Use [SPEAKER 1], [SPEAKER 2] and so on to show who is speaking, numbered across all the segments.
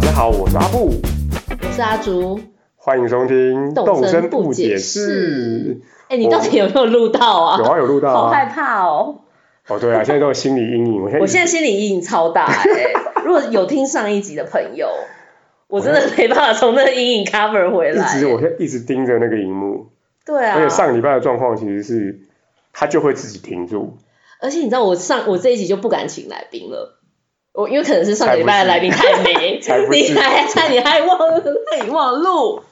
[SPEAKER 1] 富，
[SPEAKER 2] 我是阿竹。
[SPEAKER 1] 欢迎收听《
[SPEAKER 2] 动
[SPEAKER 1] 声
[SPEAKER 2] 声不
[SPEAKER 1] 解
[SPEAKER 2] 解
[SPEAKER 1] 释
[SPEAKER 2] 释》。哎、你到底有没有录到啊？
[SPEAKER 1] 有啊，有录到
[SPEAKER 2] 好害
[SPEAKER 1] 啊。
[SPEAKER 2] 怕哦！
[SPEAKER 1] 哦，对啊，现在都有心理阴影。我现在
[SPEAKER 2] 我现在心理阴影超大哎、如果有听上一集的朋友，我真的没办法从那个阴影 cover 回来。
[SPEAKER 1] 一直，我现在一直盯着那个荧幕，
[SPEAKER 2] 对啊，
[SPEAKER 1] 而且上个礼拜的状况其实是，它就会自己停 住。
[SPEAKER 2] 而且你知道我上我这一集就不敢请来宾了，我因为可能是上个礼拜的
[SPEAKER 1] 才
[SPEAKER 2] 来
[SPEAKER 1] 不
[SPEAKER 2] 宾太没，
[SPEAKER 1] 才不是
[SPEAKER 2] 你还差你还忘了，那你忘了录，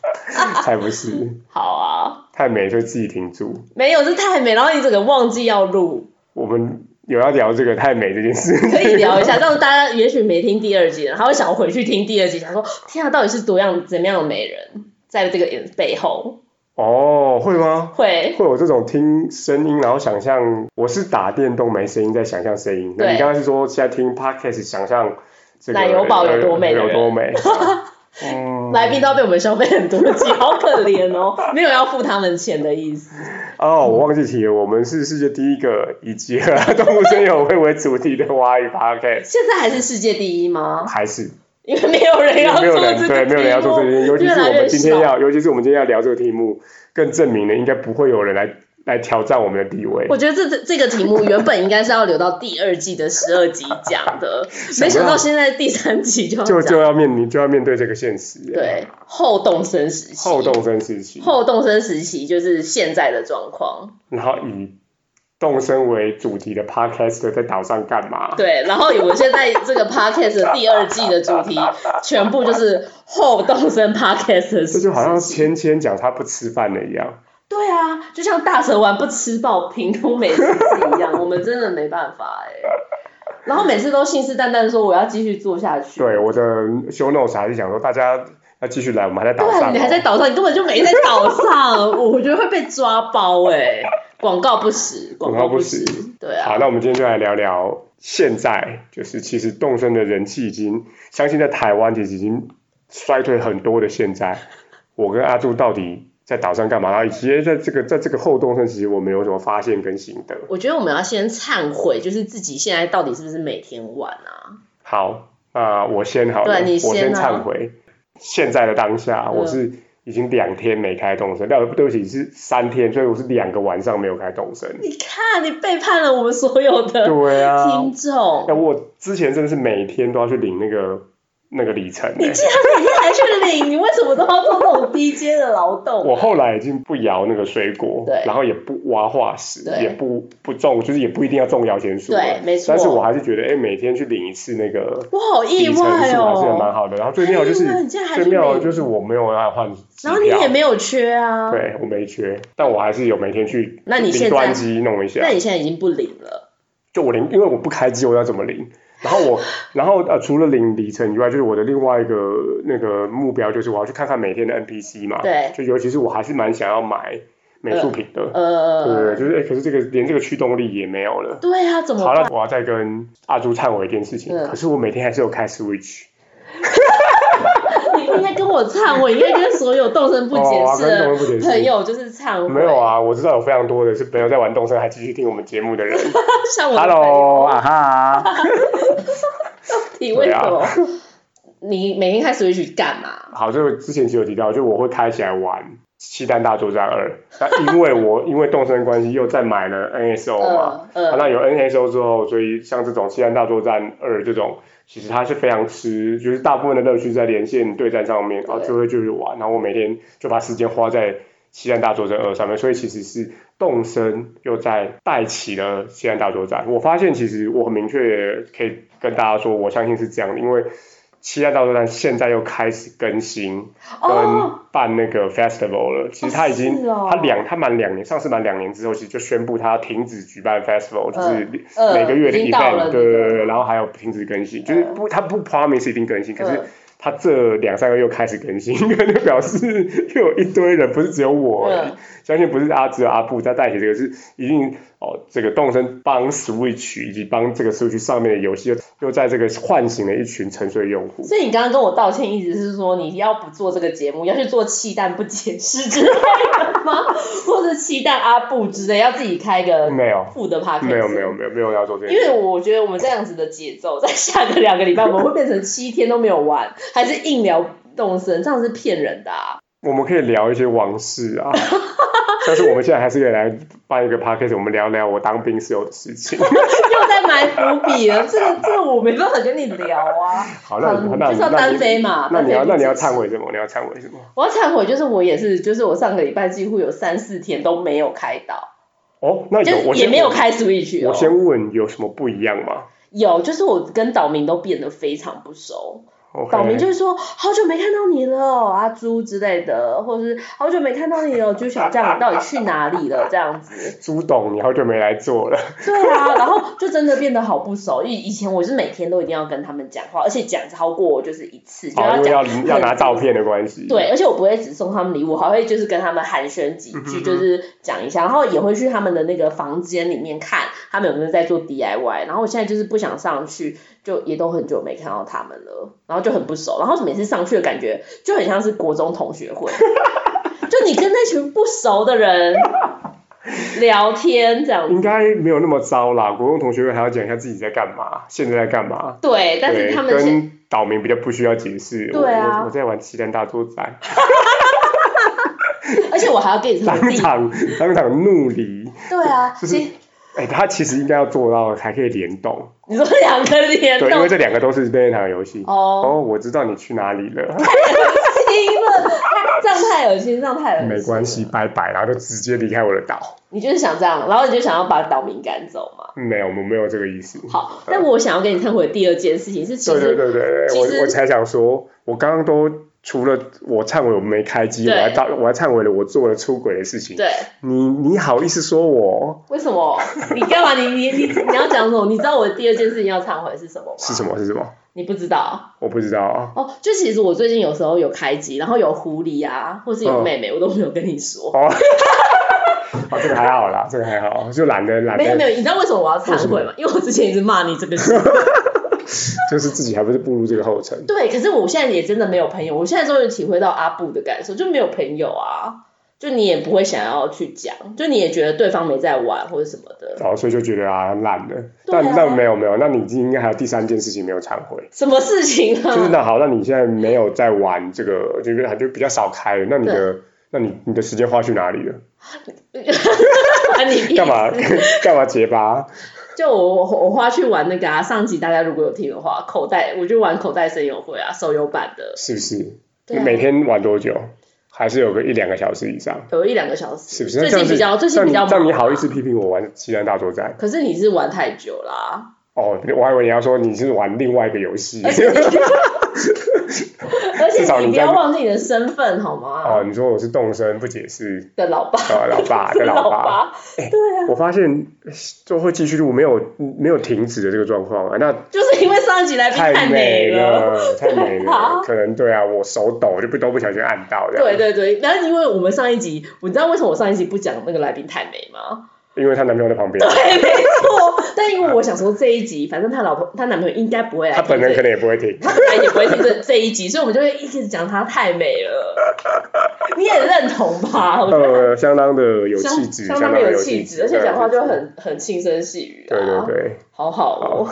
[SPEAKER 1] 才不是，
[SPEAKER 2] 好啊，
[SPEAKER 1] 太美就自己停住。
[SPEAKER 2] 没有是太没，然后你整个忘记要录，
[SPEAKER 1] 我们有要聊这个太美这件事，
[SPEAKER 2] 可以聊一下， 但大家也许没听第二集的，他会想回去听第二集，想说天啊，到底是多样怎么样的美人，在这个人背后
[SPEAKER 1] 哦，会吗？
[SPEAKER 2] 会
[SPEAKER 1] 会有这种听声音，然后想象我是打电动没声音，在想象声音。那你
[SPEAKER 2] 对
[SPEAKER 1] 刚刚是说现在听 podcast 想象这个
[SPEAKER 2] 奶油宝有多美的
[SPEAKER 1] 有
[SPEAKER 2] 人
[SPEAKER 1] 多美？嗯，
[SPEAKER 2] 来宾都要被我们消费很多集，好可怜哦， 没有要付他们钱的意思。
[SPEAKER 1] 哦，我忘记提了，我们是世界第一个以集合动物声友会为主题的蛙语 podcast，
[SPEAKER 2] 现在还是世界第一吗？
[SPEAKER 1] 还是
[SPEAKER 2] 因为没有人要
[SPEAKER 1] 没有
[SPEAKER 2] 做
[SPEAKER 1] 人
[SPEAKER 2] 这个
[SPEAKER 1] 对，没有人要做这件事，
[SPEAKER 2] 题目
[SPEAKER 1] 尤其是我
[SPEAKER 2] 越来
[SPEAKER 1] 们
[SPEAKER 2] 越
[SPEAKER 1] 今天
[SPEAKER 2] 少
[SPEAKER 1] 要，尤其是我们今天要聊这个题目，更证明了应该不会有人来来挑战我们的地位
[SPEAKER 2] 我。觉得这这这个题目原本应该是要留到第二季的十二集讲的， 没想到现在第三集就要
[SPEAKER 1] 就
[SPEAKER 2] 讲
[SPEAKER 1] 就要面临就要面对这个现实，，
[SPEAKER 2] 对后动生时期，
[SPEAKER 1] 后动身时期，
[SPEAKER 2] 后动生时期就是现在的状况，
[SPEAKER 1] 然后以动身为主题的 podcast 在岛上干嘛？
[SPEAKER 2] 对，然后我现在这个 podcast 的第二季的主题全部就是后动生 podcast 的
[SPEAKER 1] 这
[SPEAKER 2] 时
[SPEAKER 1] 就好像
[SPEAKER 2] 期
[SPEAKER 1] 芊芊讲她不吃饭的一样，
[SPEAKER 2] 对啊，就像大蛇丸不吃饱，屏东美食是一样，我们真的没办法哎、然后每次都信誓旦旦说我要继续做下去。
[SPEAKER 1] 对，我的 show notes 还是讲说大家要继续来，我们还在岛
[SPEAKER 2] 对啊，
[SPEAKER 1] 上、哦
[SPEAKER 2] 你还在岛上，你根本就没在岛上，我觉得会被抓包哎、 广告不实，广告不实
[SPEAKER 1] 广告不，
[SPEAKER 2] 对啊，
[SPEAKER 1] 好，那我们今天就来聊聊现在，就是其实动身的人气已经，相信在台湾其实已经衰退很多的。现在，我跟阿柱到底在岛上干嘛？然后以及在这个在这个后动身，其实我们有什么发现跟心得？
[SPEAKER 2] 我觉得我们要先忏悔，就是自己现在到底是不是每天玩啊？
[SPEAKER 1] 好，那我先好了，
[SPEAKER 2] 对你
[SPEAKER 1] 我先
[SPEAKER 2] 先啊
[SPEAKER 1] 忏悔。现在的当下，
[SPEAKER 2] 嗯
[SPEAKER 1] 我是已经两天没开动身，但对不起是三天，所以我是两个晚上没有开动 身。
[SPEAKER 2] 你看，你背叛了我们所有的
[SPEAKER 1] 对啊，
[SPEAKER 2] 听众，
[SPEAKER 1] 那我之前真的是每天都要去领那个那个里程、欸，
[SPEAKER 2] 你竟然每天还去领，你为什么都要做这种低阶的劳动？
[SPEAKER 1] 我后来已经不摇那个水果，
[SPEAKER 2] 对
[SPEAKER 1] 然后也不挖化石，
[SPEAKER 2] 对
[SPEAKER 1] 也不不种，就是也不一定要种摇钱树。啊
[SPEAKER 2] 对，没错。
[SPEAKER 1] 但是我还是觉得，哎、每天去领一次那个
[SPEAKER 2] 我好意
[SPEAKER 1] 里程数还
[SPEAKER 2] 外
[SPEAKER 1] 是蛮
[SPEAKER 2] 哦。
[SPEAKER 1] 好的。然后最妙就是
[SPEAKER 2] 哎你竟然还去
[SPEAKER 1] 最妙的
[SPEAKER 2] 领
[SPEAKER 1] 就是我没有要换支
[SPEAKER 2] 然后你
[SPEAKER 1] 票
[SPEAKER 2] 也没有缺啊，
[SPEAKER 1] 对我没缺，但我还是有每天去
[SPEAKER 2] 那你
[SPEAKER 1] 领
[SPEAKER 2] 现
[SPEAKER 1] 端
[SPEAKER 2] 在，
[SPEAKER 1] 机弄一下
[SPEAKER 2] 那。你现在已经不领了，
[SPEAKER 1] 就我领，因为我不开机，我要怎么领？然后我，然后呃，除了领里程以外，就是我的另外一个那个目标，就是我要去看看每天的 NPC 嘛。
[SPEAKER 2] 对
[SPEAKER 1] 就尤其是我还是蛮想要买美术品的。对对，
[SPEAKER 2] 呃，
[SPEAKER 1] 就是哎、可是这个连这个驱动力也没有了。
[SPEAKER 2] 对啊，怎么
[SPEAKER 1] 好
[SPEAKER 2] 办？
[SPEAKER 1] 了，我要再跟阿朱忏悔一件事情，
[SPEAKER 2] 嗯
[SPEAKER 1] 可是我每天还是有开 Switch，
[SPEAKER 2] 你不应该跟我忏悔，你应该跟所有动身不解
[SPEAKER 1] 哦
[SPEAKER 2] 释
[SPEAKER 1] 跟动身
[SPEAKER 2] 的
[SPEAKER 1] 不解释
[SPEAKER 2] 朋友就是忏悔。
[SPEAKER 1] 没有，啊，我知道有非常多的是朋友在玩动森，还继续听我们节目的 人。
[SPEAKER 2] 像我的朋友
[SPEAKER 1] Hello，啊哈，
[SPEAKER 2] 你为什么？
[SPEAKER 1] 啊
[SPEAKER 2] 你每天开始会去干嘛？
[SPEAKER 1] 好，这个之前其实有提到，就我会开起来玩《西单大作战二》，那因为我 因为动森的关系又再买了 NSO 嘛，
[SPEAKER 2] 嗯
[SPEAKER 1] 啊
[SPEAKER 2] 嗯，
[SPEAKER 1] 那有 NSO 之后，所以像这种《西安大作战二》这种，其实它是非常吃，就是大部分的乐趣在连线对战上面，然后
[SPEAKER 2] 对
[SPEAKER 1] 就会就是玩，然后我每天就把时间花在《西安大作战二》上面，所以其实是动身又在带起了《西安大作战》。我发现其实我很明确可以跟大家说，我相信是这样的，因为。西安大作战现在又开始更新跟
[SPEAKER 2] 哦，
[SPEAKER 1] 办那个 festival 了，其实它已经
[SPEAKER 2] 是哦
[SPEAKER 1] 他两他满两年，上次满两年之后，其实就宣布他停止举办 festival，、就是
[SPEAKER 2] 嗯
[SPEAKER 1] 每个月的
[SPEAKER 2] 已经到
[SPEAKER 1] event，、
[SPEAKER 2] 了
[SPEAKER 1] 对
[SPEAKER 2] 那
[SPEAKER 1] 对
[SPEAKER 2] 个
[SPEAKER 1] 对对，然后还有停止更
[SPEAKER 2] 呃
[SPEAKER 1] 新，就是不他不 promise 一定更新，可是
[SPEAKER 2] 嗯
[SPEAKER 1] 他这两三个月又开始更新， 就表示又有一堆人，不是只有我而已，
[SPEAKER 2] 嗯
[SPEAKER 1] 相信不是阿只有阿布在带起这个，是一定哦，这个动身帮 Switch 以及帮这个 Switch 上面的游戏又又在这个唤醒了一群沉睡用户。
[SPEAKER 2] 所以你刚刚跟我道歉，意思是说你要不做这个节目，要去做气弹不解释之类的吗？ 或者气弹阿布之类，要自己开个
[SPEAKER 1] 没有，
[SPEAKER 2] 副的 p o d
[SPEAKER 1] 没有，没有，。没有，没有要做这件
[SPEAKER 2] 呃因
[SPEAKER 1] 事。
[SPEAKER 2] 为我觉得我们这样子的节奏，在下个两个礼拜，我们会变成七天都没有玩，还是硬聊动身，这样是骗人的、 啊。
[SPEAKER 1] 我们可以聊一些往事 啊，但是我们现在还是可以来办一个 podcast，我们聊聊我当兵时候的事 情。
[SPEAKER 2] 又在埋伏笔了，这个这个我没办法跟你聊啊。
[SPEAKER 1] 好，那
[SPEAKER 2] 好
[SPEAKER 1] 那
[SPEAKER 2] 就是要
[SPEAKER 1] 那
[SPEAKER 2] 单
[SPEAKER 1] 你
[SPEAKER 2] 飞嘛
[SPEAKER 1] 那你要
[SPEAKER 2] 单飞
[SPEAKER 1] 那你要
[SPEAKER 2] 不止
[SPEAKER 1] 忏悔什么？你要忏悔什么？
[SPEAKER 2] 我要忏悔，就是我也是，就是我上个礼拜几乎有三四天都没有开导，
[SPEAKER 1] 哦， 那
[SPEAKER 2] 就
[SPEAKER 1] 有我
[SPEAKER 2] 是也
[SPEAKER 1] 先
[SPEAKER 2] 没有。开 Switch
[SPEAKER 1] 我
[SPEAKER 2] 哦。
[SPEAKER 1] 先问有什么不一样吗
[SPEAKER 2] 有，就是我跟岛民都变得非常不熟。
[SPEAKER 1] ？OK，
[SPEAKER 2] 岛民就是说好久没看到你了啊猪之类的，或者是好久没看到你了猪小将，你到底去哪里了这样子。
[SPEAKER 1] 朱董，你好久没来做了。
[SPEAKER 2] 对啊，然后就真的变得好不熟。因为以前我是每天都一定要跟他们讲话，而且讲超过就是一次，就
[SPEAKER 1] 哦，因为
[SPEAKER 2] 讲
[SPEAKER 1] 要 要拿照片的关系。
[SPEAKER 2] 对，而且我不会只送他们礼物，还会就是跟他们寒暄几
[SPEAKER 1] 嗯哼
[SPEAKER 2] 句，
[SPEAKER 1] 哼
[SPEAKER 2] 就是讲一下，然后也会去他们的那个房间里面看他们有没有在做 DIY。然后我现在就是不想上去，就也都很久没看到他们了，然后就很不熟。然后每次上去的感觉就很像是国中同学 会，就你跟那群不熟的人聊天这样
[SPEAKER 1] 应
[SPEAKER 2] 子。
[SPEAKER 1] 该没有那么糟啦。国中同学会还要讲一下自己在干嘛，现在在干嘛。
[SPEAKER 2] 对，但是
[SPEAKER 1] 对，
[SPEAKER 2] 他们现
[SPEAKER 1] 跟岛民比较不需要解释。
[SPEAKER 2] 对啊
[SPEAKER 1] 我我我在玩七人大作战，
[SPEAKER 2] 而且我还要给他
[SPEAKER 1] 当
[SPEAKER 2] 们自己，
[SPEAKER 1] 场当场怒离。
[SPEAKER 2] 对啊，
[SPEAKER 1] 就是
[SPEAKER 2] 其实
[SPEAKER 1] 哎、他其实应该要做到还可以联动，
[SPEAKER 2] 你说两个联
[SPEAKER 1] 对，因
[SPEAKER 2] 动
[SPEAKER 1] 为这两个都是任天堂的游戏。
[SPEAKER 2] 哦，
[SPEAKER 1] 哦，我知道你去哪里 了，
[SPEAKER 2] 心了，太这样太恶心，这样太恶心。
[SPEAKER 1] 没关系，，拜拜，然后就直接离开我的岛。
[SPEAKER 2] 你就是想这样，然后你就想要把岛民赶走嘛。
[SPEAKER 1] 没有，我们没有这个意思。
[SPEAKER 2] 好，但我想要跟你忏悔的第二件事情是，其
[SPEAKER 1] 对对
[SPEAKER 2] 实
[SPEAKER 1] 对对对，
[SPEAKER 2] 其实
[SPEAKER 1] 我我才想说，我刚刚都除了我忏悔我没开机，我
[SPEAKER 2] 对
[SPEAKER 1] 还到我还忏悔了我做了出轨的事情。
[SPEAKER 2] 对，
[SPEAKER 1] 你你好意思说我
[SPEAKER 2] 为什么？你干嘛？你你你你要讲什么？你知道我的第二件事情要忏悔是什么吗？
[SPEAKER 1] 是什？么是什么？
[SPEAKER 2] 你不知道
[SPEAKER 1] 我不知道啊。
[SPEAKER 2] 哦，就其实我最近有时候有开机，然后有狐狸啊，或是有
[SPEAKER 1] 嗯
[SPEAKER 2] 妹妹，我都没有跟你说。
[SPEAKER 1] 哦， 哦这个还好啦，这个还好，就懒得懒
[SPEAKER 2] 没有没
[SPEAKER 1] 得，
[SPEAKER 2] 有，你知道为什么我要忏悔吗？因为我之前一直骂你这个事
[SPEAKER 1] 就是自己还不是步入这个后尘。
[SPEAKER 2] 对，可是我现在也真的没有朋友，我现在终于体会到阿布的感受，就没有朋友啊，就你也不会想要去讲，就你也觉得对方没在玩或者什么的。
[SPEAKER 1] 然后所以就觉得啊懒了，
[SPEAKER 2] 对
[SPEAKER 1] 但
[SPEAKER 2] 啊
[SPEAKER 1] 但没有没有，那你应该还有第三件事情没有忏悔，
[SPEAKER 2] 什么事情啊？
[SPEAKER 1] 就是那好，那你现在没有在玩这个，就是还就比较少开了，那你的那你你的时间花去哪里 了？
[SPEAKER 2] 关 你屁
[SPEAKER 1] 干嘛
[SPEAKER 2] 事
[SPEAKER 1] 干嘛结巴？
[SPEAKER 2] 就我我我花去玩那个啊，上集大家如果有听的话，口袋我就玩口袋声优会啊，手游版的，
[SPEAKER 1] 是不是？
[SPEAKER 2] 对
[SPEAKER 1] 你
[SPEAKER 2] 啊
[SPEAKER 1] 每天玩多久？还是有个一两个小时以上？
[SPEAKER 2] 有一两个小时，
[SPEAKER 1] 是不是？那
[SPEAKER 2] 最
[SPEAKER 1] 这样
[SPEAKER 2] 近
[SPEAKER 1] 子
[SPEAKER 2] 比较最近
[SPEAKER 1] 这样
[SPEAKER 2] 比较
[SPEAKER 1] 这样你
[SPEAKER 2] 忙
[SPEAKER 1] 好意
[SPEAKER 2] 啊
[SPEAKER 1] 思批评我玩《西安大作战
[SPEAKER 2] 可是你是玩太久啦、》？
[SPEAKER 1] 哦，我还以为你要说你是玩另外一个游 戏。
[SPEAKER 2] 而且你而
[SPEAKER 1] 至少你
[SPEAKER 2] 且你不
[SPEAKER 1] 在
[SPEAKER 2] 要忘记你的身份好吗？
[SPEAKER 1] 哦，你说我是动身不解释，
[SPEAKER 2] 的老爸，
[SPEAKER 1] 啊，老 爸跟老爸。
[SPEAKER 2] 爸，对 啊。
[SPEAKER 1] 我发现就会继续录，没有没有停止的这个状况啊，那
[SPEAKER 2] 就是因为上一集来宾
[SPEAKER 1] 太
[SPEAKER 2] 美
[SPEAKER 1] 美了，太美了
[SPEAKER 2] 好，
[SPEAKER 1] 可能对啊，我手抖就不都不小心按到这样，
[SPEAKER 2] 对对对，然后因为我们上一集，你知道为什么我上一集不讲那个来宾太美吗？
[SPEAKER 1] 因为她男朋友在旁边，
[SPEAKER 2] 对，没错。但因为我想说这一集，反正她老婆、她男朋友应该不会来
[SPEAKER 1] 她
[SPEAKER 2] 听这，
[SPEAKER 1] 本人可能也不会 停。
[SPEAKER 2] 他本来也不会听这这一集，所以我们就会一直讲她太美了。 你也认同吧？我觉得
[SPEAKER 1] 呃，相当的有
[SPEAKER 2] 相
[SPEAKER 1] 气质，
[SPEAKER 2] 相
[SPEAKER 1] 当
[SPEAKER 2] 当
[SPEAKER 1] 的
[SPEAKER 2] 的
[SPEAKER 1] 有
[SPEAKER 2] 气
[SPEAKER 1] 质，
[SPEAKER 2] 质，而且讲话就
[SPEAKER 1] 对
[SPEAKER 2] 很很轻声细语、啊。
[SPEAKER 1] 对对，对，
[SPEAKER 2] 好好哦。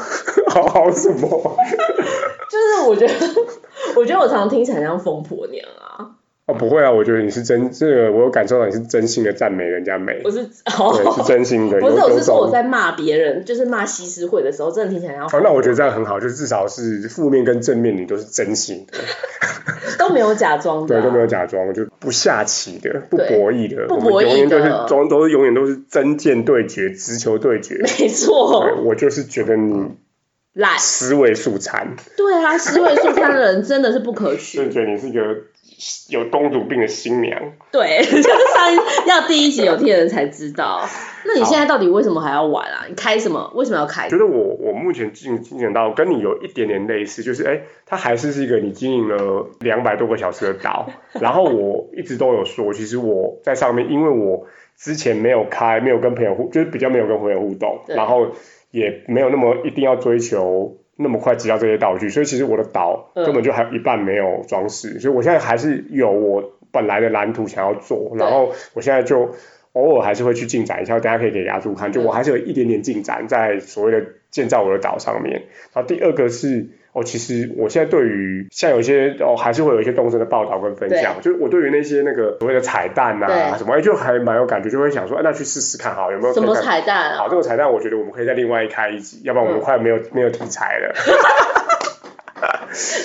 [SPEAKER 1] 好好什么？
[SPEAKER 2] 就是我觉得， 我觉得我常常听起来像疯婆娘啊。
[SPEAKER 1] 哦，不会啊，我觉得你是真，这个我有感受到你是真心的赞美人家美，
[SPEAKER 2] 我是 哦，
[SPEAKER 1] 对，是真心的。
[SPEAKER 2] 不是，
[SPEAKER 1] 有
[SPEAKER 2] 我是说
[SPEAKER 1] 有
[SPEAKER 2] 我
[SPEAKER 1] 种
[SPEAKER 2] 在骂别人，就是骂西施会的时候，真的听起来要
[SPEAKER 1] 哦，那我觉得这样很好，就是至少是负面跟正面你都是真心的，
[SPEAKER 2] 都没有假装的、
[SPEAKER 1] 对，
[SPEAKER 2] 啊，
[SPEAKER 1] 都没有假装，就不下棋的，不
[SPEAKER 2] 对
[SPEAKER 1] 博弈的，
[SPEAKER 2] 不
[SPEAKER 1] 我们
[SPEAKER 2] 博弈
[SPEAKER 1] 永远都是
[SPEAKER 2] 的
[SPEAKER 1] 中，都是永远都是针剑对决，直球对决。
[SPEAKER 2] 没错
[SPEAKER 1] 对，我就是觉得你
[SPEAKER 2] 懒。
[SPEAKER 1] 思维素残，
[SPEAKER 2] 对啊，思维素餐的人真的是不可
[SPEAKER 1] 就是
[SPEAKER 2] 取。
[SPEAKER 1] 觉得你是一个有公主病的新娘。
[SPEAKER 2] 对， 就是上一要第一集有听的人才知道。那你现在到底为什么还要玩啊？你开什么？为什么要开
[SPEAKER 1] 觉？得我我目前进进展到跟你有一点点类似，就是哎，它还是是一个你经营了两百多个小时的 岛，然后我一直都有说，其实我在上面，因为我之前没有开，没有跟朋友互，就是比较没有跟朋友互动，
[SPEAKER 2] 对
[SPEAKER 1] 然后也没有那么一定要追求那么快知道这些道具，所以其实我的岛
[SPEAKER 2] 嗯
[SPEAKER 1] 根本就还有一半没有装饰，所以我现在还是有我本来的蓝图想要做，然后我现在就偶尔还是会去进展一下，大家可以给牙柱
[SPEAKER 2] 嗯
[SPEAKER 1] 看，就我还是有一点点进展在所谓的建造我的岛上面。然后第二个是哦，其实我现在对于像有一些哦，还是会有一些动身的报道跟分享，就是我对于那些那个所谓的彩蛋啊
[SPEAKER 2] 对
[SPEAKER 1] 什么，哎，就还蛮有感觉，就会想说，哎，那去试试看好了有没有
[SPEAKER 2] 什
[SPEAKER 1] 可以
[SPEAKER 2] 么
[SPEAKER 1] 看
[SPEAKER 2] 彩蛋
[SPEAKER 1] 好，
[SPEAKER 2] 啊？
[SPEAKER 1] 这个彩蛋我觉得我们可以再另外开一集，要不然我们
[SPEAKER 2] 嗯
[SPEAKER 1] 快没有、没有题材了，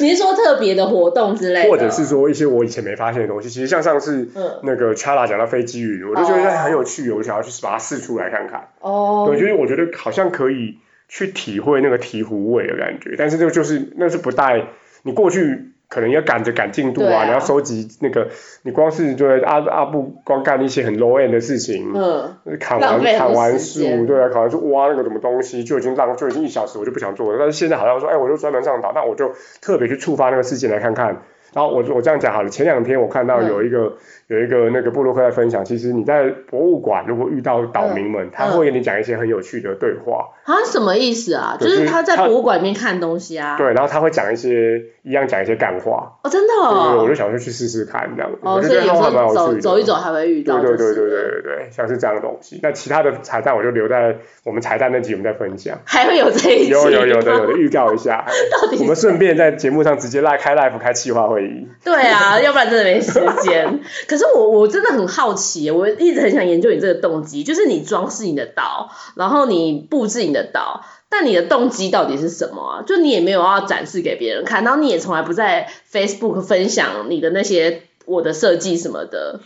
[SPEAKER 2] 你是说特别的活动之类的？
[SPEAKER 1] 或者是说一些我以前没发现的东西。其实像上次
[SPEAKER 2] 嗯
[SPEAKER 1] 那个 Chala 讲到飞机云，我就觉得哎
[SPEAKER 2] 哦
[SPEAKER 1] 很有趣，我想要去把它试出来看看。
[SPEAKER 2] 哦
[SPEAKER 1] 对，，就是我觉得好像可以去体会那个醍醐味的感觉，但是这个就是那是不带你过去。可能要赶着赶进度
[SPEAKER 2] 对
[SPEAKER 1] 啊，
[SPEAKER 2] 啊
[SPEAKER 1] 你要收集那个，你光是对阿阿布光干一些很 low end 的事情，
[SPEAKER 2] 嗯，
[SPEAKER 1] 砍
[SPEAKER 2] 浪
[SPEAKER 1] 完
[SPEAKER 2] 费很
[SPEAKER 1] 砍
[SPEAKER 2] 多
[SPEAKER 1] 完
[SPEAKER 2] 时间
[SPEAKER 1] 树，对啊，砍完树挖那个什么东西就已经浪就已经一小时，我就不想做了。但是现在好像说，哎，我就专门上岛，那我就特别去触发那个事件来看看。然后我我这样讲好了，前两天我看到
[SPEAKER 2] 嗯
[SPEAKER 1] 有一个、有一个那个布洛克在分享，其实你在博物馆如果遇到岛民
[SPEAKER 2] 嗯
[SPEAKER 1] 们，他会跟你讲一些很有趣的对话，
[SPEAKER 2] 啊，什么意思啊？
[SPEAKER 1] 对
[SPEAKER 2] 就
[SPEAKER 1] 就是是
[SPEAKER 2] 他在
[SPEAKER 1] 他
[SPEAKER 2] 博物馆里面看东西啊。
[SPEAKER 1] 对，然后他会讲一些一样讲一些干话，
[SPEAKER 2] 哦，真的
[SPEAKER 1] 对对对，我
[SPEAKER 2] 哦。
[SPEAKER 1] 就想说去试试看这样，
[SPEAKER 2] 哦，
[SPEAKER 1] 我就
[SPEAKER 2] 所
[SPEAKER 1] 觉
[SPEAKER 2] 以
[SPEAKER 1] 得
[SPEAKER 2] 有
[SPEAKER 1] 他们
[SPEAKER 2] 时
[SPEAKER 1] 还蛮
[SPEAKER 2] 候
[SPEAKER 1] 有
[SPEAKER 2] 走
[SPEAKER 1] 趣的。
[SPEAKER 2] 走一走还会遇到。
[SPEAKER 1] 对对
[SPEAKER 2] 就是
[SPEAKER 1] 对对对对对，像是这样的东西。那其他的彩蛋我就留在我们彩蛋那集我们再分享。
[SPEAKER 2] 还会有这一集。
[SPEAKER 1] 有有有的有的，预告一下，
[SPEAKER 2] 到底
[SPEAKER 1] 我们顺便在节目上直接拉开 live 开企划会议。
[SPEAKER 2] 对 啊，要不然真的没时间。可是我我真的很好奇，我一直很想研究你这个动机，就是你装饰你的岛，然后你布置你的岛，但你的动机到底是什么啊？就你也没有要展示给别人看，然后你也从来不在 Facebook 分享你的那些我的设计什么的。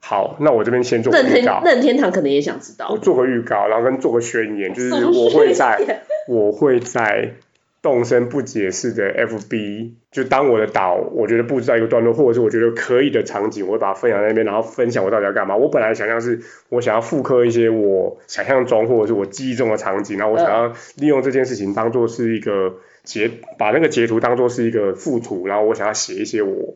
[SPEAKER 1] 好，那我这边先做个
[SPEAKER 2] 任
[SPEAKER 1] 预
[SPEAKER 2] 天
[SPEAKER 1] 告，
[SPEAKER 2] 任天堂可能也想知道
[SPEAKER 1] 我，做个预告，然后跟做个宣言，就是
[SPEAKER 2] 什么
[SPEAKER 1] 我会
[SPEAKER 2] 意
[SPEAKER 1] 在
[SPEAKER 2] 思
[SPEAKER 1] 我会在动身不解释的 FB，就当我的岛，我觉得布置到一个段落，或者是我觉得可以的场景，我会把它分享在那边，然后分享我到底要干嘛。我本来想象是我想要复刻一些我想象中或者是我记忆中的场景，然后我想要利用这件事情当做是一个截，把那个截图当做是一个附图，然后我想要写一些我。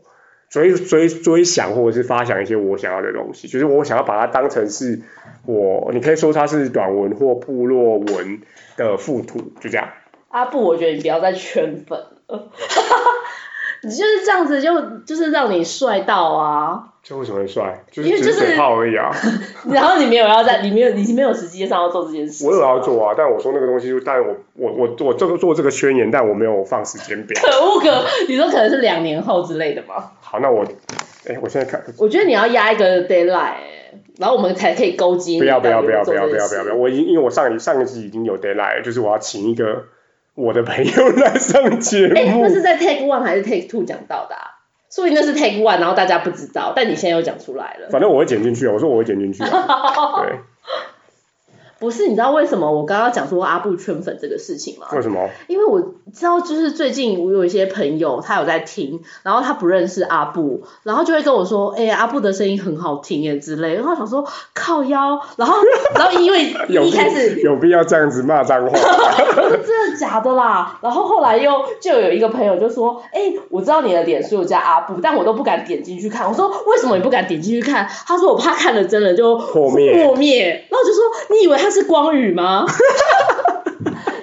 [SPEAKER 1] 追追追想，或者是发想一些我想要的东西，就是我想要把它当成是我，你可以说它是短文或部落文的附图，就这样。
[SPEAKER 2] 阿布，我觉得你不要再圈粉了， 你就是这样子就就是让你帅到啊。
[SPEAKER 1] 这为什么会帅？就是
[SPEAKER 2] 因为
[SPEAKER 1] 只是
[SPEAKER 2] 就是
[SPEAKER 1] 嘴炮而已啊！
[SPEAKER 2] 然后你没有要在，你没有，你没有实际上要做这件事。
[SPEAKER 1] 我有要。做啊，但我说那个东西就，但我我我我这个做这个宣言，但我没有放时间表。
[SPEAKER 2] 可恶可，你说可能是两年后之类的吗？
[SPEAKER 1] 好，那我，哎，我现在看，
[SPEAKER 2] 我觉得你要压一个 deadline，欸然后我们才可以勾稽你
[SPEAKER 1] 不要不要
[SPEAKER 2] 到底
[SPEAKER 1] 不
[SPEAKER 2] 有没
[SPEAKER 1] 要
[SPEAKER 2] 有
[SPEAKER 1] 不
[SPEAKER 2] 做
[SPEAKER 1] 要
[SPEAKER 2] 这
[SPEAKER 1] 不
[SPEAKER 2] 件
[SPEAKER 1] 要
[SPEAKER 2] 事
[SPEAKER 1] 不要不要！我已经因为我上一上一集已经有 d a y l i g h t 就是我要请一个我的朋友来上节
[SPEAKER 2] 哎，那
[SPEAKER 1] 目。
[SPEAKER 2] 是在 take one 还是 take two 讲到的、啊？所以那是 take one，然后大家不知道，但你现在又讲出来了。
[SPEAKER 1] 反正我会剪进去啊，我说我会剪进去啊。 对，
[SPEAKER 2] 不是，你知道为什么我刚刚讲说阿布圈粉这个事情吗？
[SPEAKER 1] 为什么？
[SPEAKER 2] 因为我知道，就是最近我有一些朋友，他有在听，然后他不认识阿布，然后就会跟我说，哎、阿布的声音很好听耶之类，然后我想说靠腰，然后然后因为
[SPEAKER 1] 有
[SPEAKER 2] 一开始
[SPEAKER 1] 必有必要这样子骂 脏话？
[SPEAKER 2] 我说真的假的啦，然后后来又就有一个朋友就说，哎、我知道你的脸书有加阿布，但我都不敢点进去看，我说为什么你不敢点进去看？他说我怕看了真的就
[SPEAKER 1] 破灭
[SPEAKER 2] 破灭， 然后我就说你以为他是光宇吗？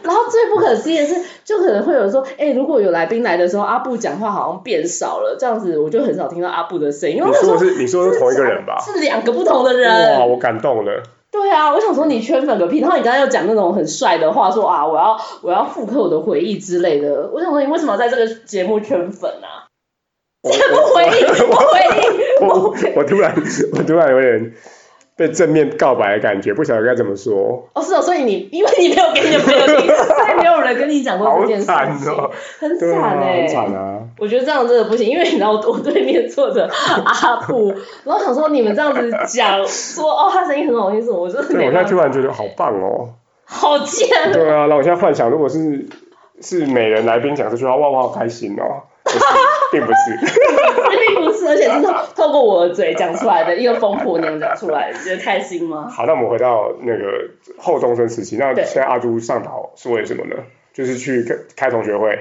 [SPEAKER 2] 然后最不可思议的是，就可能会有人说，哎、如果有来宾来的时候，阿布讲话好像变少了，这样子我就很少听到阿布的声音。因为
[SPEAKER 1] 你
[SPEAKER 2] 我想
[SPEAKER 1] 说
[SPEAKER 2] 说
[SPEAKER 1] 的是你说的是同一个人吧？
[SPEAKER 2] 是啊两个不同的
[SPEAKER 1] 哇，
[SPEAKER 2] 人。
[SPEAKER 1] 我感动了。
[SPEAKER 2] 对啊，我想说你圈粉个屁！然后你刚刚又讲那种很帅的话，说啊，我要我要复刻我的回忆之类的。我想说你为什么要在这个节目圈粉啊？
[SPEAKER 1] 我
[SPEAKER 2] 不回应，不回 应，不
[SPEAKER 1] 我
[SPEAKER 2] 回应。
[SPEAKER 1] 我突然我突然有点被正面告白的感觉，不晓得该怎么说，
[SPEAKER 2] 哦，是哦，所以你因为你没有给你的朋友听，所以没有人跟你讲过
[SPEAKER 1] 好
[SPEAKER 2] 这件事
[SPEAKER 1] 惨
[SPEAKER 2] 情，
[SPEAKER 1] 哦，
[SPEAKER 2] 很
[SPEAKER 1] 对啊，
[SPEAKER 2] 惨哎、
[SPEAKER 1] 很惨啊。
[SPEAKER 2] 我觉得这样真的不行，因为你知道我我对面坐着阿布， 然后想说你们这样子讲说哦他声音很好听什么，我真的
[SPEAKER 1] 对，
[SPEAKER 2] 没
[SPEAKER 1] 我现在
[SPEAKER 2] 办
[SPEAKER 1] 突
[SPEAKER 2] 法，
[SPEAKER 1] 然觉得好棒哦。
[SPEAKER 2] 好贱。哦
[SPEAKER 1] 对啊，那我现在幻想，如果是是美人来宾讲这句话，哇，我好开心哦。不是，并不是，
[SPEAKER 2] 并不是， 而且
[SPEAKER 1] 啊
[SPEAKER 2] 是透透过我的嘴讲出来的，一个疯婆娘讲出来，你觉得开心吗？
[SPEAKER 1] 好，那我们回到那个后中生时期。那
[SPEAKER 2] 对
[SPEAKER 1] 现在阿朱上岛是为什么呢？就是去开开同学会，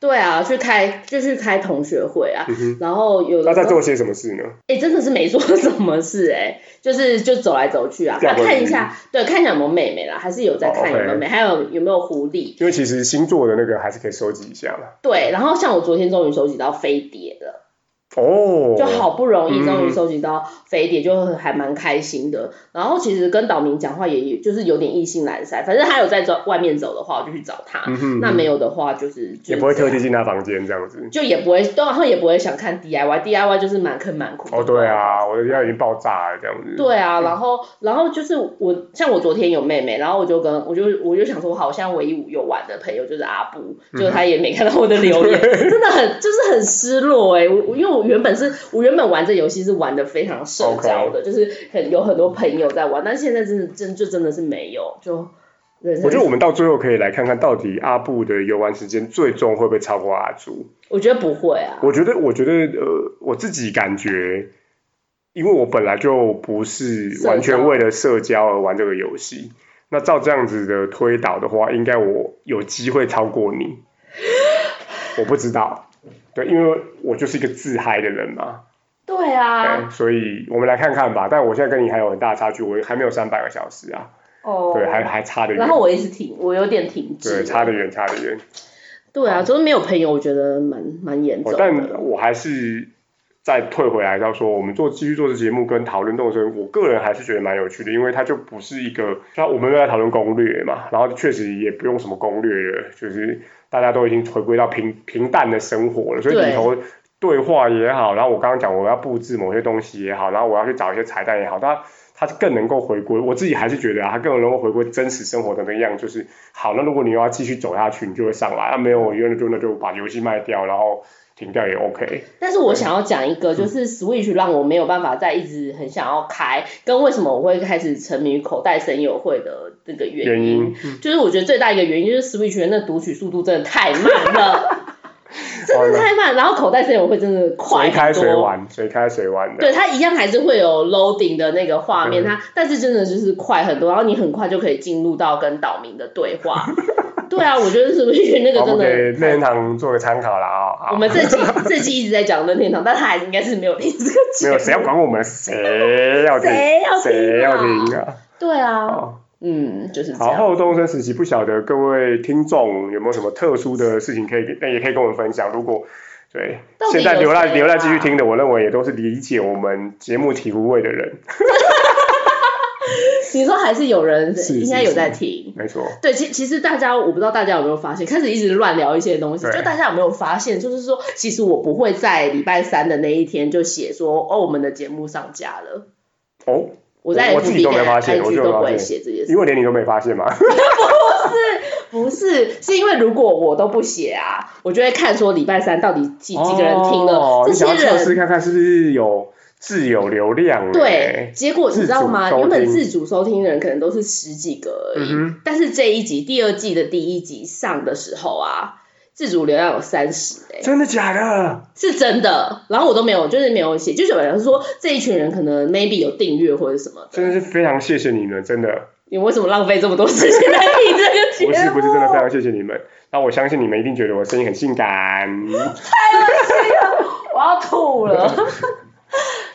[SPEAKER 2] 对啊，去开就去开同学会啊，
[SPEAKER 1] 嗯哼，
[SPEAKER 2] 然后有
[SPEAKER 1] 那
[SPEAKER 2] 的
[SPEAKER 1] 在
[SPEAKER 2] 时候
[SPEAKER 1] 做些什么事呢？
[SPEAKER 2] 哎、真的是没做什么事哎、就是就走来走去啊，
[SPEAKER 1] 钓
[SPEAKER 2] 啊
[SPEAKER 1] 回
[SPEAKER 2] 看一
[SPEAKER 1] 鱼
[SPEAKER 2] 下，对，看一下有没有妹妹啦，还是有在
[SPEAKER 1] 哦
[SPEAKER 2] 看有没有
[SPEAKER 1] OK
[SPEAKER 2] 妹，还有有没有狐狸，
[SPEAKER 1] 因为其实星座的那个还是可以收集一下嘛。
[SPEAKER 2] 对，然后像我昨天终于收集到飞碟了。
[SPEAKER 1] 哦，
[SPEAKER 2] 就好不容易终于
[SPEAKER 1] 嗯
[SPEAKER 2] 收集到飞碟，就还蛮开心的。然后其实跟岛民讲话也也就是有点意兴阑珊，反正他有在走外面走的话，我就去找他；
[SPEAKER 1] 嗯哼，
[SPEAKER 2] 那没有的话，就是就是
[SPEAKER 1] 也不会
[SPEAKER 2] 这样
[SPEAKER 1] 特地进他房间这样子。
[SPEAKER 2] 就也不会，然后也不会想看 DIY，DIY 就是满坑满谷。
[SPEAKER 1] 哦，对。啊，嗯我的腰已经爆炸了这样子。
[SPEAKER 2] 对啊，然后然后就是我，像我昨天有妹妹，然后我就跟我就我就想说，好，我现在唯一有玩的朋友就是阿布，
[SPEAKER 1] 嗯
[SPEAKER 2] 就他也没看到我的留 言，真的很就是很失落哎、我我因为我原本是我原本玩这游戏是玩的非常社交的就是很有很多朋友在玩，但现在真的真就真的是没有，就人生
[SPEAKER 1] 我觉得我们到最后可以来看看到底阿布的游玩时间最终会不会超过阿朱。
[SPEAKER 2] 我觉得不会啊，
[SPEAKER 1] 我觉得，我觉得，呃，我自己感觉，因为我本来就不是完
[SPEAKER 2] 社
[SPEAKER 1] 全
[SPEAKER 2] 交
[SPEAKER 1] 为了社交而玩这个游戏。那照这样子的推导的话，应该我有机会超过 你。我不知道，对，因为我就是一个自嗨的人嘛，
[SPEAKER 2] 对啊，
[SPEAKER 1] 对，所以我们来看看吧。但我现在跟你还有很大差距，我还没有三百个小时啊，
[SPEAKER 2] 哦，
[SPEAKER 1] 对，还还差得远
[SPEAKER 2] 然，后我一直停，我有点停滞，
[SPEAKER 1] 对，差得远，差得远。
[SPEAKER 2] 对啊，就是没有朋友，我觉得蛮蛮严重
[SPEAKER 1] 哦
[SPEAKER 2] 的。，
[SPEAKER 1] 但我还是再退回来到说，我们做继续做这节目跟讨论动身，我个人还是觉得蛮有趣的，因为它就不是一个，像我们都在讨论攻略嘛，然后确实也不用什么攻略了，就是大家都已经回归到平平淡的生活了，所以
[SPEAKER 2] 对
[SPEAKER 1] 里头。对话也好，然后我刚刚讲我要布置某些东西也好，然后我要去找一些彩蛋也好，它它更能够回归，我自己还是觉得啊，它更能够回归真实生活的那个样，就是好。那如果你又要继续走下去，你就会上来；，那、啊没有，那就那就把游戏卖掉，然后停掉也 OK。
[SPEAKER 2] 但是我想要讲一个，就是 Switch 让我没有办法再一直很想要开，跟为什么我会开始沉迷于口袋神友会的那个原因，
[SPEAKER 1] 原因嗯
[SPEAKER 2] 就是我觉得最大一个原因就是 Switch 的那读取速度真的太慢了， 真的太慢，然后口袋神友会真的快
[SPEAKER 1] 谁开
[SPEAKER 2] 很
[SPEAKER 1] 谁
[SPEAKER 2] 多。
[SPEAKER 1] 玩，谁开谁玩的。
[SPEAKER 2] 对，它一样还是会有 loading 的那个画
[SPEAKER 1] 嗯
[SPEAKER 2] 面，它但是真的就是快很多，然后你很快就可以进入到跟岛民的对 话。对啊，我觉得 Switch 那个
[SPEAKER 1] 好我
[SPEAKER 2] 真
[SPEAKER 1] 们
[SPEAKER 2] 的
[SPEAKER 1] 给任天堂做个参考啦啊、好
[SPEAKER 2] 我们这集这集一直在讲任天堂，但他还是应该是没有听这个节
[SPEAKER 1] 没
[SPEAKER 2] 目。
[SPEAKER 1] 有谁要管我们，谁要停，
[SPEAKER 2] 谁要听啊
[SPEAKER 1] 谁要停啊？
[SPEAKER 2] 对啊，
[SPEAKER 1] 好，
[SPEAKER 2] 嗯，就是这
[SPEAKER 1] 好，
[SPEAKER 2] 样。
[SPEAKER 1] 后东升时期，不晓得各位听众有没有什么特殊的事情可以，但也可以跟我们分享。如果对
[SPEAKER 2] 到底
[SPEAKER 1] 现在
[SPEAKER 2] 有
[SPEAKER 1] 留赖
[SPEAKER 2] 谁
[SPEAKER 1] 留赖
[SPEAKER 2] 啊
[SPEAKER 1] 继续听的，我认为也都是理解我们节目体无味的人，
[SPEAKER 2] 你说还是有人
[SPEAKER 1] 是是
[SPEAKER 2] 应该有在听。
[SPEAKER 1] 没错。
[SPEAKER 2] 对，其其实大家，我不知道大家有没有发现，开始一直乱聊一些东西。
[SPEAKER 1] 对
[SPEAKER 2] 就大家有没有发现，就是说，其实我不会在礼拜三的那一天就写说，哦，我们的节目上架了。
[SPEAKER 1] 哦，
[SPEAKER 2] 我在
[SPEAKER 1] 我自己
[SPEAKER 2] FB
[SPEAKER 1] 都没
[SPEAKER 2] 跟
[SPEAKER 1] 发现我
[SPEAKER 2] IG
[SPEAKER 1] 就没
[SPEAKER 2] 都
[SPEAKER 1] 发
[SPEAKER 2] 不会
[SPEAKER 1] 现
[SPEAKER 2] 写这些事。
[SPEAKER 1] 因为连你都没发现 嘛。
[SPEAKER 2] 不是，是因为如果我都不写啊，我就会看说礼拜三到底几几个人听了，
[SPEAKER 1] 哦、
[SPEAKER 2] 这
[SPEAKER 1] 你
[SPEAKER 2] 些
[SPEAKER 1] 想要测
[SPEAKER 2] 人
[SPEAKER 1] 试看看是不是有自有流量、欸？
[SPEAKER 2] 对，，结果你知道吗？
[SPEAKER 1] 自主收听
[SPEAKER 2] 原本自主收听的人可能都是十几个而已，
[SPEAKER 1] 嗯
[SPEAKER 2] 但是这一集第二季的第一集上的时候啊，自主流量有三十哎，
[SPEAKER 1] 真的假的？
[SPEAKER 2] 是真的。然后我都没有，就是没有写，就是有人说这一群人可能 maybe 有订阅或者什么的。
[SPEAKER 1] 真的是非常谢谢你们，真的
[SPEAKER 2] 你为什么浪费这么多时间来听这个节
[SPEAKER 1] 不
[SPEAKER 2] 目？
[SPEAKER 1] 是不是真的非常谢谢你们。那我相信你们一定觉得我声音很性 感。
[SPEAKER 2] 我要吐了。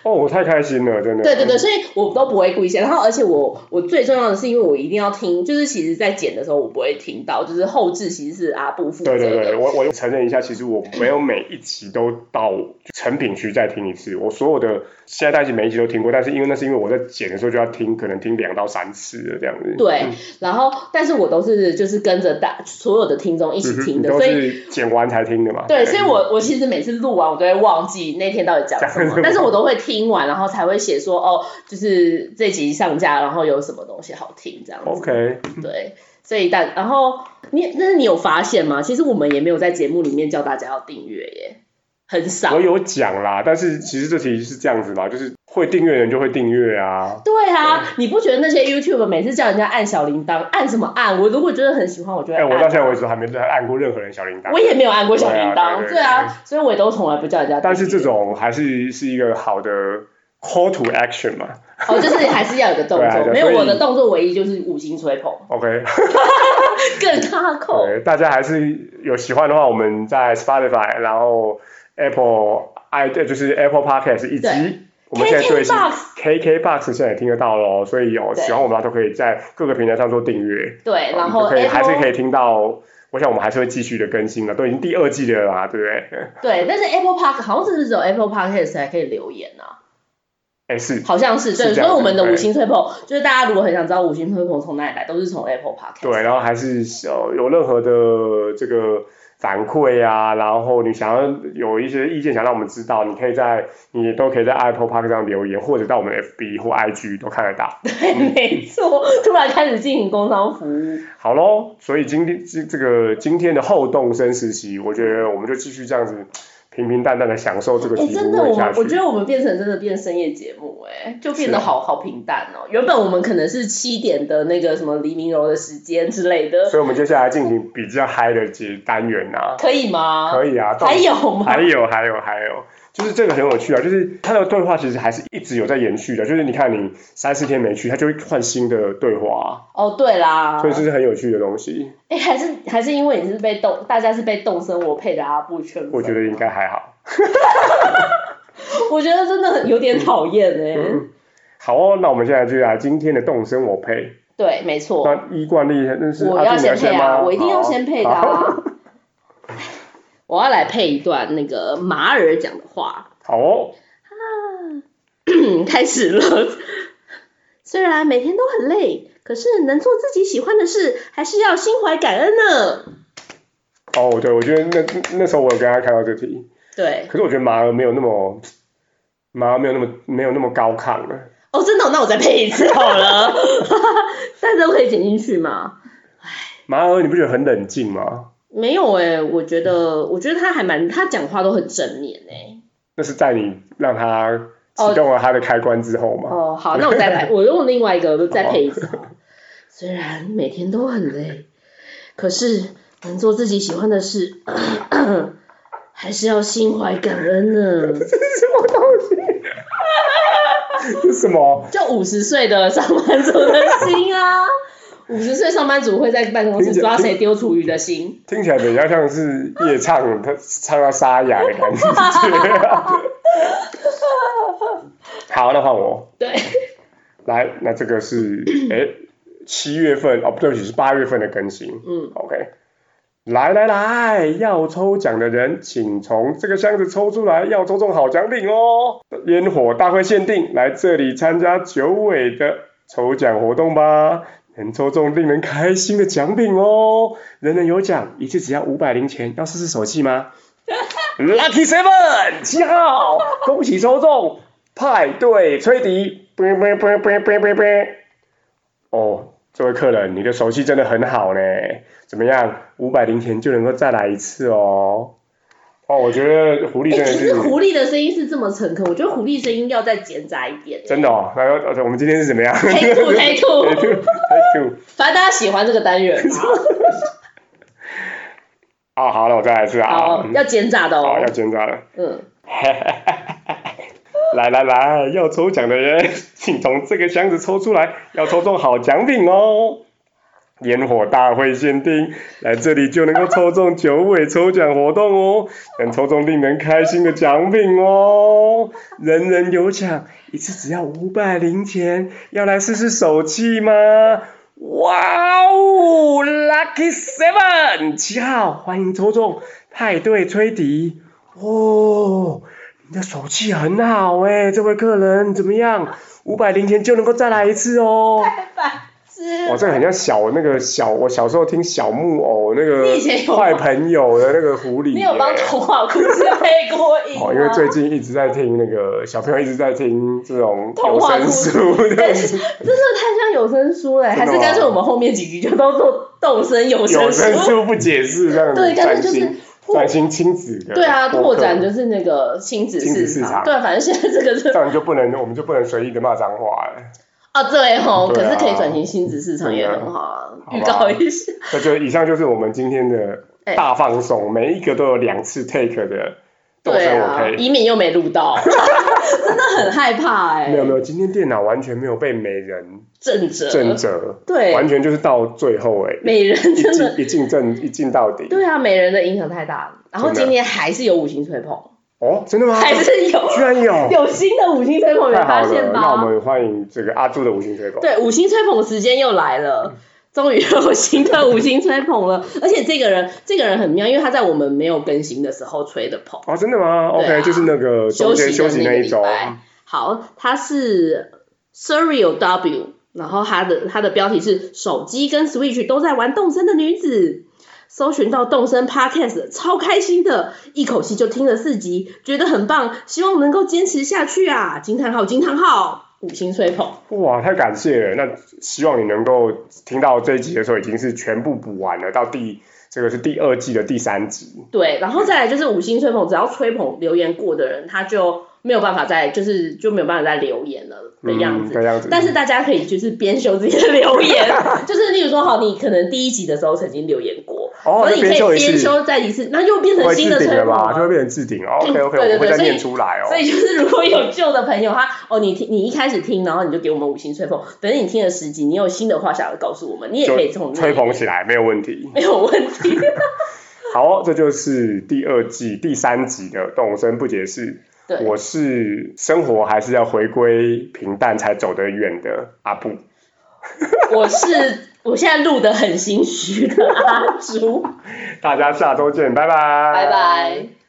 [SPEAKER 1] 哦，我太开心了，真的。
[SPEAKER 2] 对对对，所以我都不会故意写。然后而且我我最重要的是，因为我一定要听，就是其实在剪的时候我不会听到，就是后置其实是啊阿布负责
[SPEAKER 1] 对
[SPEAKER 2] 的。
[SPEAKER 1] 对对，我我承认一下，其实我没有每一集都到成品区再听一次，我所有的现在单集每一集都听过，但是因为那是因为我在剪的时候就要听，可能听两到三次的这样子。
[SPEAKER 2] 对，然后但是我都是就是跟着大所有的听众一
[SPEAKER 1] 嗯
[SPEAKER 2] 起
[SPEAKER 1] 哼，
[SPEAKER 2] 听
[SPEAKER 1] 你
[SPEAKER 2] 的，
[SPEAKER 1] 都
[SPEAKER 2] 所以
[SPEAKER 1] 是剪完才听的嘛？
[SPEAKER 2] 对，所以我我其实每次录完我都会忘记那天到底讲什
[SPEAKER 1] 讲什
[SPEAKER 2] 么
[SPEAKER 1] 么，
[SPEAKER 2] 但是我都会听完，然后才会写说哦，就是这集上架，然后有什么东西好听这样子。
[SPEAKER 1] OK，
[SPEAKER 2] 对，所以但然后你但是你有发现吗？其实我们也没有在节目里面叫大家要订阅耶，很少
[SPEAKER 1] 我。有讲啦，但是其实这题是这样子嘛，就是会订阅的人就会订阅啊。
[SPEAKER 2] 对啊，你不觉得那些 YouTube 每次叫人家按小铃铛，按什么按？我如果觉得很喜欢，我就会
[SPEAKER 1] 哎、
[SPEAKER 2] 按。
[SPEAKER 1] 我到现在为止还没按过任何人小铃铛。
[SPEAKER 2] 我也没有按过小铃铛，
[SPEAKER 1] 对啊对对
[SPEAKER 2] 对啊，所以我也都从来不叫人家订阅。
[SPEAKER 1] 但是这种还是是一个好的 call to action 嘛
[SPEAKER 2] 哦，就是还是要有个动
[SPEAKER 1] 对啊对
[SPEAKER 2] 作，
[SPEAKER 1] 啊
[SPEAKER 2] 没有
[SPEAKER 1] 所以
[SPEAKER 2] 我的动作唯一就是五星吹捧，
[SPEAKER 1] ，OK，
[SPEAKER 2] 更卡口。
[SPEAKER 1] 对，大家还是有喜欢的话，我们在 Spotify，然后 Apple i 对，就是 Apple Podcast 以
[SPEAKER 2] 对
[SPEAKER 1] 及我们现在最新
[SPEAKER 2] KKBOX
[SPEAKER 1] KKBox 现在也听得到喽，所以有
[SPEAKER 2] 对
[SPEAKER 1] 喜欢我们的话都可以在各个平台上做订阅，
[SPEAKER 2] 对，然
[SPEAKER 1] 我
[SPEAKER 2] 后
[SPEAKER 1] 哦们就可以还是可
[SPEAKER 2] Apple
[SPEAKER 1] 以听到我想我们还是会继续的更新了，都已经第二季了啦，对不对？
[SPEAKER 2] 对，但是 Apple Park 好像是不是只有 Apple Podcast 才可以留言啊？
[SPEAKER 1] 哎，是
[SPEAKER 2] 好像是对，
[SPEAKER 1] 是这
[SPEAKER 2] 所
[SPEAKER 1] 样
[SPEAKER 2] 以我们的
[SPEAKER 1] 对
[SPEAKER 2] 五星推捧，就是大家如果很想知道五星推捧从哪里来，都是从 Apple Park。
[SPEAKER 1] 对，然后还是呃有任何的这个反馈啊，然后你想要有一些意见想让我们知道，你可以在你都可以在 Apple Park 上留言，或者到我们 FB 或 IG 都看得到。
[SPEAKER 2] 对， 没错，突然开始进行工商服务。
[SPEAKER 1] 好喽，所以今天这这个今天的后动生实习，我觉得我们就继续这样子平平淡淡的享受这个
[SPEAKER 2] 哎、
[SPEAKER 1] 题
[SPEAKER 2] 真
[SPEAKER 1] 目
[SPEAKER 2] 的，
[SPEAKER 1] 问
[SPEAKER 2] 我
[SPEAKER 1] 下
[SPEAKER 2] 们
[SPEAKER 1] 去。
[SPEAKER 2] 我觉得我们变成真的变深夜节目、哎，就变得
[SPEAKER 1] 是啊
[SPEAKER 2] 好、好平淡哦。原本我们可能是七点的那个什么黎明柔的时间之类的，
[SPEAKER 1] 所以我们接下来进行比较嗨的节单元啊，
[SPEAKER 2] 可以吗？
[SPEAKER 1] 可以啊，动
[SPEAKER 2] 还有 吗？
[SPEAKER 1] 还有还有还有，就是这个很有趣啊，就是他的对话其实还是一直有在延续的，就是你看你三四天没去，他就会换新的对话
[SPEAKER 2] 哦，对
[SPEAKER 1] 啊，
[SPEAKER 2] 啦，
[SPEAKER 1] 所以这是很有趣的东西，
[SPEAKER 2] 哎、还是还是因为你是被动，大家是被动生活配的阿布圈粉，
[SPEAKER 1] 我觉得应该还好。
[SPEAKER 2] 我觉得真的很有点讨厌哎。
[SPEAKER 1] 嗯，好哦，那我们现在就来今天的动身我配，
[SPEAKER 2] 对，没错，
[SPEAKER 1] 那依惯例那是
[SPEAKER 2] 哦我
[SPEAKER 1] 阿
[SPEAKER 2] 要
[SPEAKER 1] 杜你
[SPEAKER 2] 先
[SPEAKER 1] 要
[SPEAKER 2] 配
[SPEAKER 1] 先吗？
[SPEAKER 2] 啊，我一定要
[SPEAKER 1] 好
[SPEAKER 2] 先配的
[SPEAKER 1] 好
[SPEAKER 2] 啊。 我要来配一段那个马尔讲的话。嗯
[SPEAKER 1] 好哦，
[SPEAKER 2] 开始了。 虽然每天都很累，可是能做自己喜欢的事，还是要心怀感恩呢。
[SPEAKER 1] 哦，对，我觉得那那那时候我有跟他看到这题，
[SPEAKER 2] 对，
[SPEAKER 1] 可是我觉得马儿没有那么马儿没有那么没有那么高亢啊了。
[SPEAKER 2] 哦，真的哦、那我再配一次好了， 但都可以剪进去吗？
[SPEAKER 1] 马儿，你不觉得很冷静吗？
[SPEAKER 2] 没有哎、我觉得，我觉得他还蛮，他讲话都很正面哎、
[SPEAKER 1] 那是在你让它启动了它的开关之后嘛？
[SPEAKER 2] 哦，好，那我再来， 我用另外一个，我再配一次好了。虽然每天都很累，可是能做自己喜欢的事， 还是要心怀感恩呢。
[SPEAKER 1] 这是什么东西？ 这是什么？
[SPEAKER 2] 就五十岁的上班族的心啊，五十岁上班族会在办公室抓谁丢厨余的心。
[SPEAKER 1] 听起来比较像是夜唱，它唱到沙哑的感觉。好，那换我
[SPEAKER 2] 对，
[SPEAKER 1] 来。那这个是哎七月份哦，不对不起，是八月份的更新。
[SPEAKER 2] 嗯，
[SPEAKER 1] OK，来来来，要抽奖的人，请从这个箱子抽出来，要抽中好奖品哦！烟火大会限定，来这里参加九尾的抽奖活动吧，能抽中令人开心的奖品哦！人人有奖，一次只要五百零钱，要试试手气吗？Lucky Seven 七号，恭喜抽中！派对吹笛，啵啵啵啵啵啵啵。哦，这位客人，你的手气真的很好呢。怎么样，五百零钱就能够再来一次哦？哦，我觉得狐狸
[SPEAKER 2] 哎、
[SPEAKER 1] 真的
[SPEAKER 2] 可
[SPEAKER 1] 是、
[SPEAKER 2] 是狐狸的声音是这么诚恳，我觉得狐狸声音要再简杂一点。
[SPEAKER 1] 真的哦。然后呃我们今天是怎么样？
[SPEAKER 2] 黑兔 黑
[SPEAKER 1] 黑
[SPEAKER 2] 兔，
[SPEAKER 1] 兔，黑兔。
[SPEAKER 2] 反正大家喜欢这个单元嘛。
[SPEAKER 1] 啊，好了，我再来一次啊。
[SPEAKER 2] 好，
[SPEAKER 1] 嗯
[SPEAKER 2] 要奸诈的
[SPEAKER 1] 好，
[SPEAKER 2] 哦
[SPEAKER 1] 要。奸诈了。
[SPEAKER 2] 嗯，
[SPEAKER 1] 来来来，要抽奖的人，请从这个箱子抽出来，要抽中好奖品哦。烟火大会限定，来这里就能够抽中九尾抽奖活动哦，能抽中令人开心的奖品哦，人人有奖，一次只要五百零钱，要来试试手气吗？哇哦，Lucky Seven 七号，欢迎抽中派对吹笛哦。你的手气很好哎、这位客人怎么样？五百零钱就能够再来一次哦。
[SPEAKER 2] 是
[SPEAKER 1] 哇，这个很像小那个小，我小时候听小木偶那个
[SPEAKER 2] 你以前有吗
[SPEAKER 1] 坏朋友的那个狐狸耶、
[SPEAKER 2] 你有帮童话故事配过音吗？
[SPEAKER 1] 哦，因为最近一直在听那个小朋友一直在听这种
[SPEAKER 2] 童
[SPEAKER 1] 有
[SPEAKER 2] 话
[SPEAKER 1] 声
[SPEAKER 2] 故事
[SPEAKER 1] 书的
[SPEAKER 2] 但 是真的太像有声书嘞，还
[SPEAKER 1] 真的吗
[SPEAKER 2] 是干脆我们后面几集就都做动声有
[SPEAKER 1] 有
[SPEAKER 2] 声
[SPEAKER 1] 声
[SPEAKER 2] 书？
[SPEAKER 1] 书不解释这样
[SPEAKER 2] 对，
[SPEAKER 1] 子
[SPEAKER 2] 干
[SPEAKER 1] 崭
[SPEAKER 2] 脆就是
[SPEAKER 1] 新
[SPEAKER 2] 破
[SPEAKER 1] 崭新亲子的
[SPEAKER 2] 对啊，
[SPEAKER 1] 播
[SPEAKER 2] 拓
[SPEAKER 1] 客
[SPEAKER 2] 展就是那个亲子
[SPEAKER 1] 亲子市
[SPEAKER 2] 场。
[SPEAKER 1] 场
[SPEAKER 2] 对啊，反正现在这 个是
[SPEAKER 1] 这样就不能我们就不能随意的骂脏话了，
[SPEAKER 2] 啊，对吼，可
[SPEAKER 1] 对啊
[SPEAKER 2] 是可以转型亲子市场也很好啊。
[SPEAKER 1] 对
[SPEAKER 2] 预
[SPEAKER 1] 啊好
[SPEAKER 2] 告
[SPEAKER 1] 吧
[SPEAKER 2] 一下，
[SPEAKER 1] 那就以上就是我们今天的
[SPEAKER 2] 哎
[SPEAKER 1] 大放送，每一个都有两次 take 的 动
[SPEAKER 2] 对
[SPEAKER 1] 身我
[SPEAKER 2] 啊
[SPEAKER 1] 配。，
[SPEAKER 2] 以免又没录 到，真的很害怕哎。
[SPEAKER 1] 没有没有，今天电脑完全没有被美人
[SPEAKER 2] 正着，
[SPEAKER 1] 震折，
[SPEAKER 2] 对，
[SPEAKER 1] 完全就是到最后哎、
[SPEAKER 2] 美人
[SPEAKER 1] 一
[SPEAKER 2] 真的，
[SPEAKER 1] 进一进正一进到底。
[SPEAKER 2] 对啊，美人的影响太大了。然后
[SPEAKER 1] 真的
[SPEAKER 2] 今天还是有五星吹捧，
[SPEAKER 1] 哦，真的吗？
[SPEAKER 2] 还是 有
[SPEAKER 1] 居然有，
[SPEAKER 2] 有新的五星吹捧，没
[SPEAKER 1] 哦太好
[SPEAKER 2] 发现
[SPEAKER 1] 了！那我
[SPEAKER 2] 吧？
[SPEAKER 1] 们欢迎这个阿朱的五星推广。嗯
[SPEAKER 2] 对，五星吹捧时间又来了。终于有新的五星吹捧了， 而且这个人这个人很妙，因为他在我们没有更新的时候吹的捧。
[SPEAKER 1] 哦，真的吗
[SPEAKER 2] 对啊
[SPEAKER 1] ？OK，就是那个中间
[SPEAKER 2] 休
[SPEAKER 1] 休息
[SPEAKER 2] 息的那个
[SPEAKER 1] 那
[SPEAKER 2] 礼
[SPEAKER 1] 一周，
[SPEAKER 2] 拜好，他是 Serial W，然后他的他的标题是手机跟 Switch 都在玩动森的女子。搜寻到动森 Podcast，超开心的，一口气就听了四集，觉得很棒，希望能够坚持下去啊！惊叹号，惊叹号，五星吹捧。
[SPEAKER 1] 哇，太感谢了！那希望你能够听到这一集的时候，已经是全部补完了，到第这个是第二季的第三集。
[SPEAKER 2] 对，然后再来就是五星吹捧，只要吹捧留言过的人，他就没有办法再就是就没有办法再留言了的样
[SPEAKER 1] 嗯，
[SPEAKER 2] 子。
[SPEAKER 1] 的样子。
[SPEAKER 2] 但是大家可以就是编修自己的留 言，就是例如说，好，你可能第一集的时候曾经留言过，
[SPEAKER 1] 哦，
[SPEAKER 2] 所
[SPEAKER 1] 那
[SPEAKER 2] 以你可
[SPEAKER 1] 边修
[SPEAKER 2] 以
[SPEAKER 1] 一
[SPEAKER 2] 编
[SPEAKER 1] 次，
[SPEAKER 2] 修再一次，那就变成
[SPEAKER 1] 会
[SPEAKER 2] 新
[SPEAKER 1] 置
[SPEAKER 2] 的吹
[SPEAKER 1] 顶了
[SPEAKER 2] 捧
[SPEAKER 1] 嘛，就会
[SPEAKER 2] 了。
[SPEAKER 1] 变成置 顶。OK
[SPEAKER 2] 对
[SPEAKER 1] OK，
[SPEAKER 2] 对对
[SPEAKER 1] 我会再
[SPEAKER 2] 所以
[SPEAKER 1] 念出来哦。
[SPEAKER 2] 所以就是如果有旧的朋友，他哦，你听你一开始听，然后你就给我们五星吹捧，等你听了十集，你有新的话想要告诉我们，你也可以从
[SPEAKER 1] 吹捧起来没有问题。
[SPEAKER 2] 没有问 题。
[SPEAKER 1] 好，这就是第二季第三集的动身不解释。
[SPEAKER 2] 对，
[SPEAKER 1] 我是生活还是要回归平淡才走得远的阿布。
[SPEAKER 2] 我是我现在录的很心虚的阿朱，
[SPEAKER 1] 大家下周见，拜拜，
[SPEAKER 2] 拜拜。